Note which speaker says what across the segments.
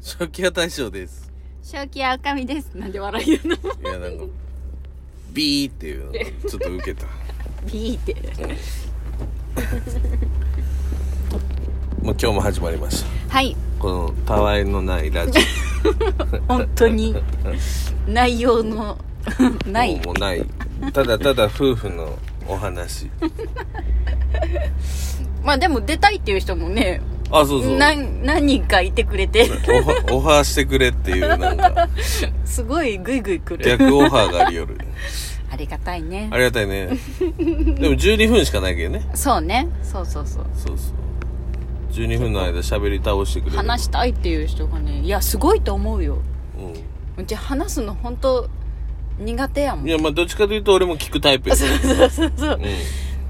Speaker 1: 正気は大将です。
Speaker 2: 正気やおかみです。なんで笑いなの
Speaker 1: いや、なんか、ビーっていうのがちょっと受けた。
Speaker 2: ビーって。
Speaker 1: まあ、今日も始まりました。
Speaker 2: はい。
Speaker 1: この、たわいのないラジ
Speaker 2: 本当に、内容の、
Speaker 1: オ。
Speaker 2: ない
Speaker 1: も。うない。ただただ夫婦のお話。
Speaker 2: まあでも出たいっていう人もね、
Speaker 1: あ、そうそう。
Speaker 2: 何、何人かいてくれて、
Speaker 1: オファオファーしてくれっていう、なんか、
Speaker 2: すごいグイグイ来る。
Speaker 1: 逆オファーがありよる。
Speaker 2: ありがたいね
Speaker 1: あ。りがたいね。でも12分しかないけどね。
Speaker 2: そうね。そうそうそう。
Speaker 1: そうそう。12分の間喋り倒してくれる。
Speaker 2: 話したいっていう人がね、いや、すごいと思うよ。
Speaker 1: う
Speaker 2: うち話すの本当苦手やも
Speaker 1: ん。
Speaker 2: ん
Speaker 1: い。や、まあ、どっちかというと俺も聞くタイプや。
Speaker 2: そうそうそう。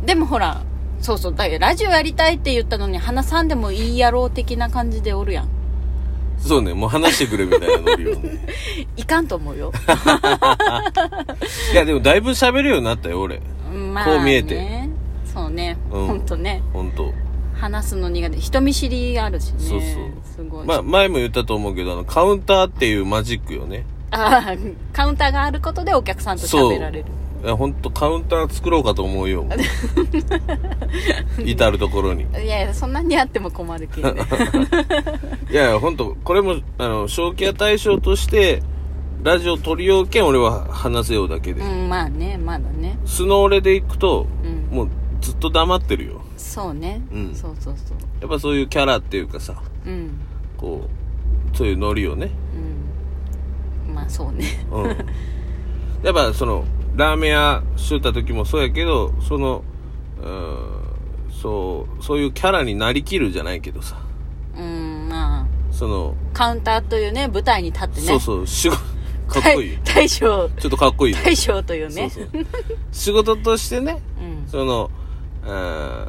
Speaker 1: う
Speaker 2: でもほら、そうそう。だけどラジオやりたいって言ったのに話さんでもいいやろう的な感じでおるやん。
Speaker 1: ん。そうね、もう話してくれみたいなノリをね。
Speaker 2: いかんと思う よ。
Speaker 1: いや、でもだいぶ喋るようになったよ、俺。
Speaker 2: まあ、
Speaker 1: こう見えて
Speaker 2: ね。そうね。
Speaker 1: うん
Speaker 2: ほんとね。
Speaker 1: ほんと。
Speaker 2: 話すの苦手。人見知りあるしね。
Speaker 1: そう
Speaker 2: す
Speaker 1: そ
Speaker 2: ご
Speaker 1: う。
Speaker 2: い。
Speaker 1: まあ、前も言ったと思うけど、あの、カウンターっていうマジックよね。
Speaker 2: あーカウンターがあることでお客さんと
Speaker 1: そう。
Speaker 2: 喋られる。
Speaker 1: いや、ほんと、カウンター作ろうかと思う よ。もう至るところに。
Speaker 2: いやいや、そんなにあっても困るけ どね。
Speaker 1: いやいや、ほんと、これも、あの、正気や対象として、ラジオ取りようけん、俺は話せようだけで
Speaker 2: う。ん、まあね、まだね。
Speaker 1: 素の俺で行くと、
Speaker 2: うん
Speaker 1: もう、ずっと黙ってるよ。
Speaker 2: そうね。
Speaker 1: うん
Speaker 2: そうそうそう。
Speaker 1: やっぱそういうキャラっていうかさ、
Speaker 2: うん。
Speaker 1: こう、そういうノリをね。
Speaker 2: うん。まあそうね。
Speaker 1: うん。やっぱその、ラーメン屋しとった時もそうやけど、その、うーん、そう、そういうキャラになりきるじゃないけどさ、
Speaker 2: うん、まあ、
Speaker 1: その、
Speaker 2: カウンターというね、舞台に立ってね。
Speaker 1: そうそう、仕事、かっこいい。
Speaker 2: 大大将、
Speaker 1: ちょっとかっこいいね。
Speaker 2: 大将という
Speaker 1: そう
Speaker 2: ね。
Speaker 1: そう。仕事としてね、
Speaker 2: うん。
Speaker 1: その、うーん、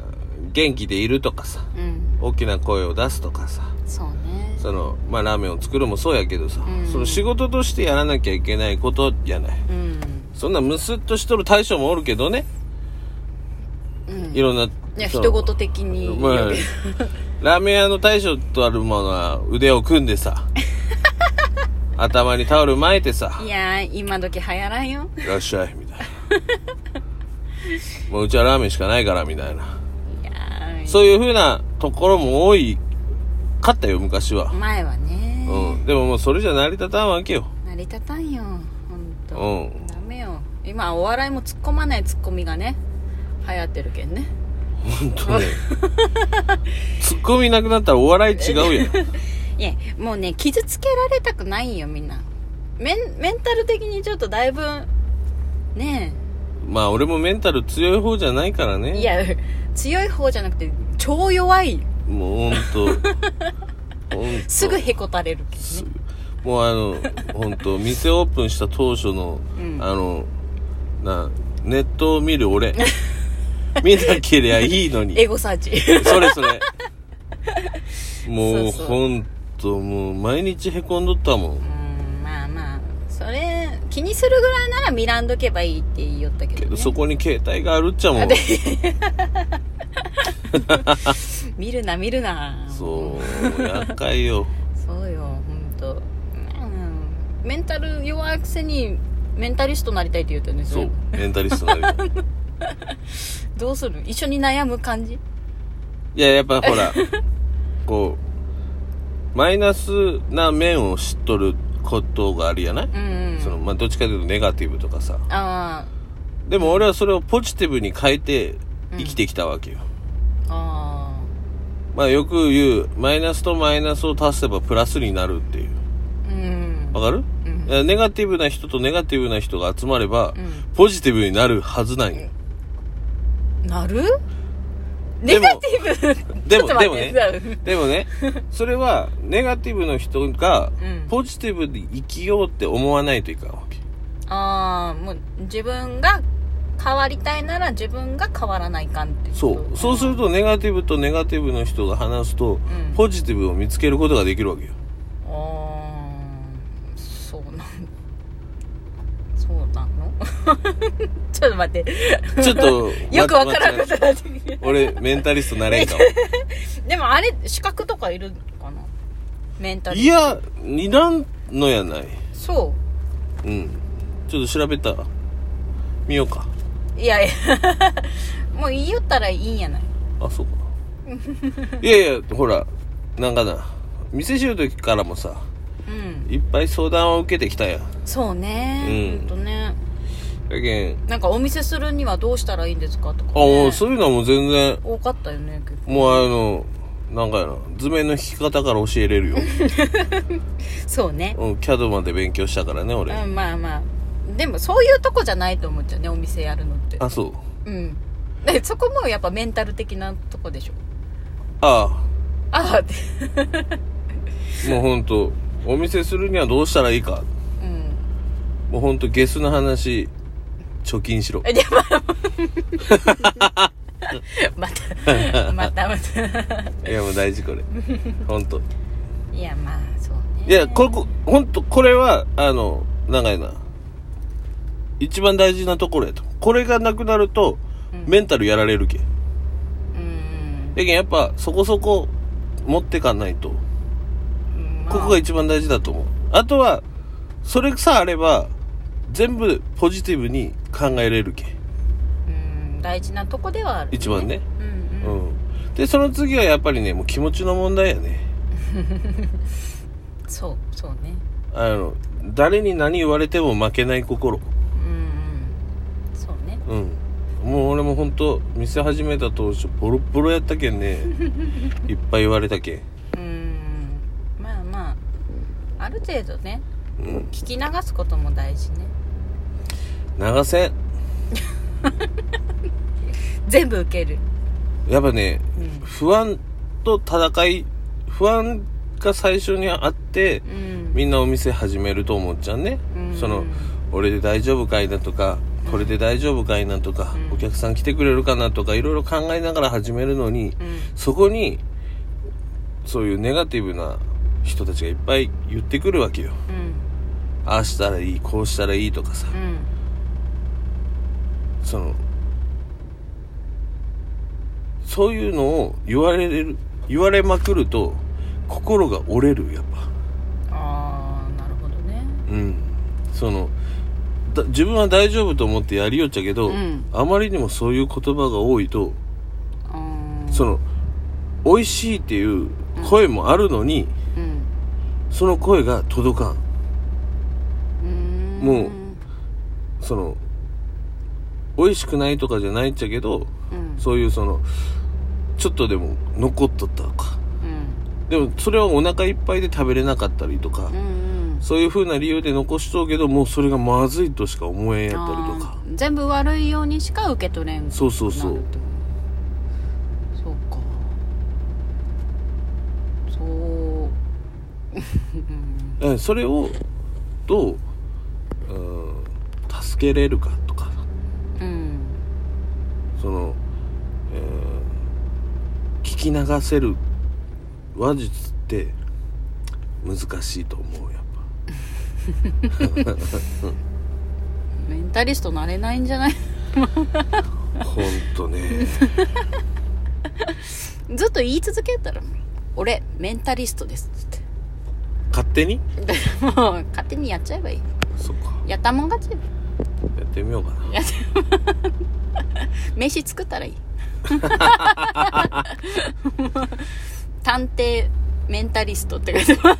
Speaker 1: 元気でいるとかさ、
Speaker 2: うん。
Speaker 1: 大きな声を出すとかさ、
Speaker 2: そうね。
Speaker 1: その、まあ、ラーメンを作るもそうやけどさ、
Speaker 2: うん
Speaker 1: その仕事としてやらなきゃいけないことやない。
Speaker 2: うん。
Speaker 1: そんなムスッとしとる大将もおるけどね、
Speaker 2: うん。
Speaker 1: いろんな。
Speaker 2: いや、
Speaker 1: そ
Speaker 2: 人
Speaker 1: の
Speaker 2: 事的に。
Speaker 1: まあ、ラーメン屋の大将とあるものは腕を組んで さ、頭にタオル巻いてさ
Speaker 2: い、やー、今時流行らんよ。
Speaker 1: いらっしゃい、みたいな。 もううちはラーメンしかないから、みたいな。
Speaker 2: いやー
Speaker 1: そういう風なところも多い、かったよ、昔は。
Speaker 2: 前はね、
Speaker 1: うん。でももうそれじゃ成り立たんわけよ。
Speaker 2: 成り立たんよ。ほん
Speaker 1: う
Speaker 2: と。
Speaker 1: ん。
Speaker 2: ダメよ。今、お笑いも突っ込まない突っ込みがね、流行ってるけんね。
Speaker 1: ほんと ね。ツッコミなくなったらお笑い違うやん。
Speaker 2: いや、もうね、傷つけられたくないんよ、みんな。メン、メンタル的にちょっとだいぶ、ね
Speaker 1: まあ俺もメンタル強い方じゃないから
Speaker 2: え。
Speaker 1: ね。
Speaker 2: いや、強い方じゃなくて、超弱い。
Speaker 1: もうほん と。ほんと
Speaker 2: すぐへこたれるけどね。
Speaker 1: もうあの、本当店オープンした当初の、
Speaker 2: うん
Speaker 1: あの、な、ネットを見る 俺。見なけりゃいいのに。
Speaker 2: エゴサーチ。
Speaker 1: それそ れ。もう、
Speaker 2: そうそう
Speaker 1: ほんと、もう、毎日へこんどったも。
Speaker 2: うんん、まあまあ、それ、気にするぐらいなら見らんどけばいいって言いよったけ
Speaker 1: け
Speaker 2: ど、
Speaker 1: ど、
Speaker 2: ね。
Speaker 1: そこに携帯があるっちゃもん。
Speaker 2: 見るな、見るな。
Speaker 1: そう、厄介よ。
Speaker 2: そうよ、ほんと。うん。メンタル弱いくせに、メンタリストなりたいって言ったんです
Speaker 1: そ
Speaker 2: よ
Speaker 1: う。、メンタリストになる。
Speaker 2: どうする一緒に悩む感じ
Speaker 1: いや、やっぱほ ら、こう、マイナスな面を知っとることがあるやない、
Speaker 2: うん、うん。
Speaker 1: その、まあ、どっちかというとネガティブとかさ。
Speaker 2: あ
Speaker 1: でも俺はそれをポジティブに変えて生きてきたわけよ。
Speaker 2: ああ
Speaker 1: まあよく言う、マイナスとマイナスを足せばプラスになるっていう。
Speaker 2: あうん
Speaker 1: わかる、
Speaker 2: うん
Speaker 1: いやネガティブな人とネガティブな人が集まれば、
Speaker 2: うん
Speaker 1: ポジティブになるはずなんよ。
Speaker 2: なる
Speaker 1: で
Speaker 2: ネ
Speaker 1: も
Speaker 2: ガティブ
Speaker 1: で
Speaker 2: ち
Speaker 1: も
Speaker 2: ょっと待って
Speaker 1: ででもね、それは、ネガティブの人が
Speaker 2: うん、
Speaker 1: ポジティブで生きようって思わないといかんわけ。
Speaker 2: ああもう自分が変わりたいなら自分が変わらないかんってこと
Speaker 1: そう。そうすると、ネガティブとネガティブの人が話すと、
Speaker 2: ん
Speaker 1: ポジティブを見つけることができるわ けよ。
Speaker 2: あーそうなんそうなの ちょっと待って、
Speaker 1: ちょっと
Speaker 2: よくわからん
Speaker 1: ま
Speaker 2: こ
Speaker 1: ま
Speaker 2: とだってきた
Speaker 1: 俺、メンタリストなれんかも。
Speaker 2: でもあれ資格とかいるかなメンタル
Speaker 1: いやいらんのやない
Speaker 2: そ
Speaker 1: うんちょっと調べたら見ようか
Speaker 2: ういやいや もう言ったらいいんやない
Speaker 1: あそうか いやいやほらなんかな店知る時からもさ
Speaker 2: うん
Speaker 1: いっぱい相談を受けてきたやん
Speaker 2: そうね
Speaker 1: うん
Speaker 2: ほんとね
Speaker 1: やけん
Speaker 2: なんかお見せするにはどうしたらいいんですかとか、
Speaker 1: あ、も
Speaker 2: ね
Speaker 1: う、そういうのはもう全然
Speaker 2: 多かったよね結構
Speaker 1: もうあのなんかやな図面の引き方から教えれる よ、
Speaker 2: そうね
Speaker 1: うん、CAD まで勉強したからね俺、
Speaker 2: うんまあまあでもそういうとこじゃないと思っちゃうねお店やるのって
Speaker 1: あそう
Speaker 2: うんでそこもやっぱメンタル的なとこでしょ
Speaker 1: あ
Speaker 2: ああって
Speaker 1: あもうほんとお見せするにはどうしたらいいか
Speaker 2: うん
Speaker 1: もうほんとゲスな話貯金しろ
Speaker 2: えでも またまたまた
Speaker 1: いやもう大事こ れほんと
Speaker 2: いやまあそうね
Speaker 1: いやこれこほんとこれはあの長いな一番大事なところやとこれがなくなると
Speaker 2: うん
Speaker 1: メンタルやられるけ、
Speaker 2: うん、
Speaker 1: やけんやっぱそこそこ持ってかないと
Speaker 2: うんまあ
Speaker 1: ここが一番大事だと思うあとはそれさえあれば全部ポジティブに考えれるけ
Speaker 2: うん大事なとこではある、
Speaker 1: 一番ね
Speaker 2: うん
Speaker 1: う
Speaker 2: うん、
Speaker 1: んでその次はやっぱりねもう気持ちの問題やね
Speaker 2: そうそうね
Speaker 1: あの誰に何言われても負けない心
Speaker 2: うんうんそうね
Speaker 1: うんもう俺も本当店始めた当初ボロボロやったけんねいっぱい言われたけん
Speaker 2: うんまあまあある程度ね
Speaker 1: うん
Speaker 2: 聞き流すことも大事ね
Speaker 1: 流せん
Speaker 2: 全部受ける
Speaker 1: やっぱね
Speaker 2: うん
Speaker 1: 不安と戦い不安が最初にあって
Speaker 2: うん
Speaker 1: みんなお店始めると思っちゃうね、
Speaker 2: うん
Speaker 1: その俺で大丈夫かいなとかこれで大丈夫かいなとか、
Speaker 2: うん
Speaker 1: お客さん来てくれるかなとかいろいろ考えながら始めるのに
Speaker 2: うん
Speaker 1: そこにそういうネガティブな人たちがいっぱい言ってくるわけよ
Speaker 2: うん
Speaker 1: ああしたらいいこうしたらいいとかさ
Speaker 2: うん
Speaker 1: そのそういうのを言われる言われまくると心が折れるやっぱ
Speaker 2: ああなるほどね
Speaker 1: うんそのだ自分は大丈夫と思ってやりよっちゃけど、
Speaker 2: うん
Speaker 1: あまりにもそういう言葉が多いと
Speaker 2: うん
Speaker 1: その美味しいっていう声もあるのに、
Speaker 2: うん
Speaker 1: その声が届かん
Speaker 2: うん
Speaker 1: もうその美味しくないとかじゃないっちゃけど
Speaker 2: うん
Speaker 1: そういうそのちょっとでも残っとったとか
Speaker 2: うん
Speaker 1: でもそれはお腹いっぱいで食べれなかったりとか、
Speaker 2: うん
Speaker 1: そういう風な理由で残しとうけどもうそれがまずいとしか思えんやったりとか
Speaker 2: あー全部悪いようにしか受け取れん
Speaker 1: そうそうそう
Speaker 2: なるってことそうかそう うん
Speaker 1: うんそれをどう、うん、助けれるかとか
Speaker 2: うん
Speaker 1: その、えー聞き流せる話術って難しいと思うやっ
Speaker 2: メンタリストなれないんじゃない
Speaker 1: ぱほんと ね
Speaker 2: ずっと言い続けたら「俺メンタリストです」っつ って
Speaker 1: 勝手に
Speaker 2: もう勝手にやっちゃえばいい
Speaker 1: そっか
Speaker 2: やったもん勝ちよ
Speaker 1: やってみようかな
Speaker 2: 飯作った らいい探偵メンタリストって書いてあ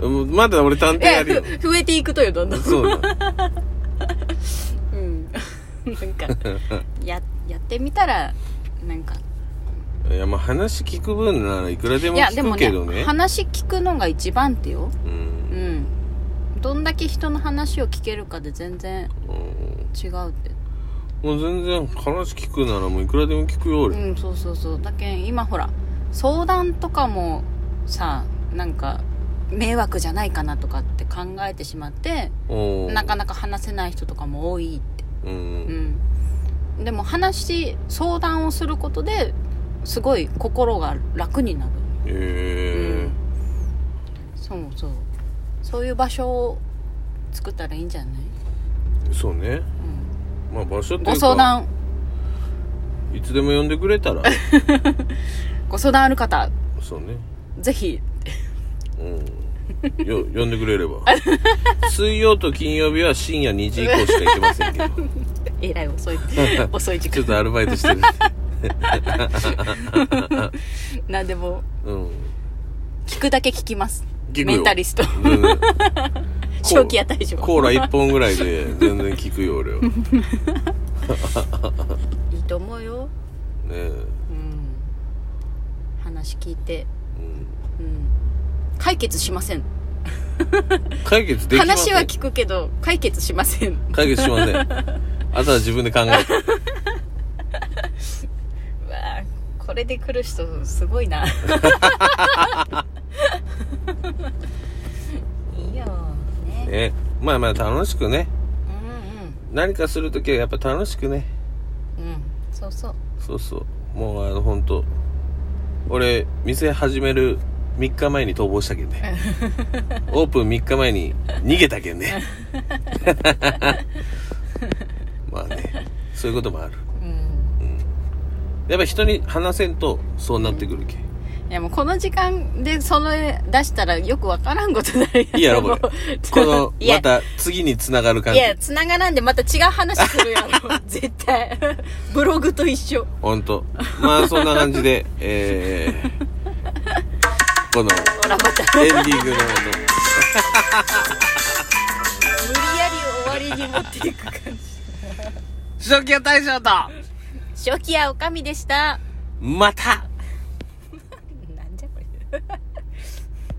Speaker 2: る
Speaker 1: うんまだ俺探偵やるよ
Speaker 2: いやふ増えていくとよどんどん
Speaker 1: そうだ
Speaker 2: うんなんかややってみたらなんか
Speaker 1: いやまあ話聞く分ならいくらで
Speaker 2: い
Speaker 1: も
Speaker 2: やで
Speaker 1: 聞
Speaker 2: も
Speaker 1: くけどね
Speaker 2: ね話聞くのが一番ってよ
Speaker 1: う
Speaker 2: うんんどんだけ人の話を聞けるかで全然違うって
Speaker 1: もう全然話聞くならもういくらでも聞くよ俺、
Speaker 2: うんそうそうそうだけん今ほら相談とかもさなんか迷惑じゃないかなとかって考えてしまって
Speaker 1: おー
Speaker 2: なかなか話せない人とかも多いって
Speaker 1: うん
Speaker 2: うんでも話し相談をすることですごい心が楽にな
Speaker 1: へ
Speaker 2: る
Speaker 1: え
Speaker 2: そうそうそういう場所を作ったらいいんじゃない、
Speaker 1: そうね
Speaker 2: う
Speaker 1: まあ場所って
Speaker 2: ん、
Speaker 1: いうか
Speaker 2: ご相談
Speaker 1: いつでも呼んで くれたら
Speaker 2: ご相談ある方
Speaker 1: そうね
Speaker 2: ぜひ
Speaker 1: うん、よ呼んでくれれば 水曜と金曜日は深夜2時以降しか行けませんけど
Speaker 2: えら い遅い遅い時
Speaker 1: ちょっと
Speaker 2: 間
Speaker 1: アルバイトしてるんで
Speaker 2: なんでも
Speaker 1: うん
Speaker 2: 聞くだけ聞きます
Speaker 1: 聞くよ
Speaker 2: メンタリスト
Speaker 1: 全然
Speaker 2: 正気屋大将
Speaker 1: コーラ1本 ぐらいで全然効くよ俺はね
Speaker 2: いいと思うよ
Speaker 1: え
Speaker 2: うん話聞いて
Speaker 1: うん
Speaker 2: うん解決しません
Speaker 1: 解決できませ
Speaker 2: 話
Speaker 1: ん
Speaker 2: は聞くけど解決し ません
Speaker 1: 解決しま せんあとは自分で考えて
Speaker 2: うわあこれで来る人すごいないいよね
Speaker 1: ねまあまあ楽しくね
Speaker 2: う
Speaker 1: 何かするときはやっぱ楽しくね
Speaker 2: んうんうんそうそう
Speaker 1: そうそうもうあの本当俺店始める3日前に逃亡したけん ねオープン3日前に逃げたけんねまあねそういうこともある
Speaker 2: うん
Speaker 1: やっぱ人に話せんとそうなってくるけん
Speaker 2: いやもうこの時間でそれ出したらよくわからんことだよ
Speaker 1: いいやろこれ
Speaker 2: もう
Speaker 1: この
Speaker 2: いや
Speaker 1: また次につながる感
Speaker 2: い
Speaker 1: じ
Speaker 2: や繋がらんでまた違う話す るやろ絶対 ブログと一緒
Speaker 1: ほんとまあそんな感じでえー、この
Speaker 2: ほらまた
Speaker 1: エンディングの
Speaker 2: 無理やり終わりに持っていく感じ
Speaker 1: 初期は大将と
Speaker 2: 初期やおかみでした
Speaker 1: また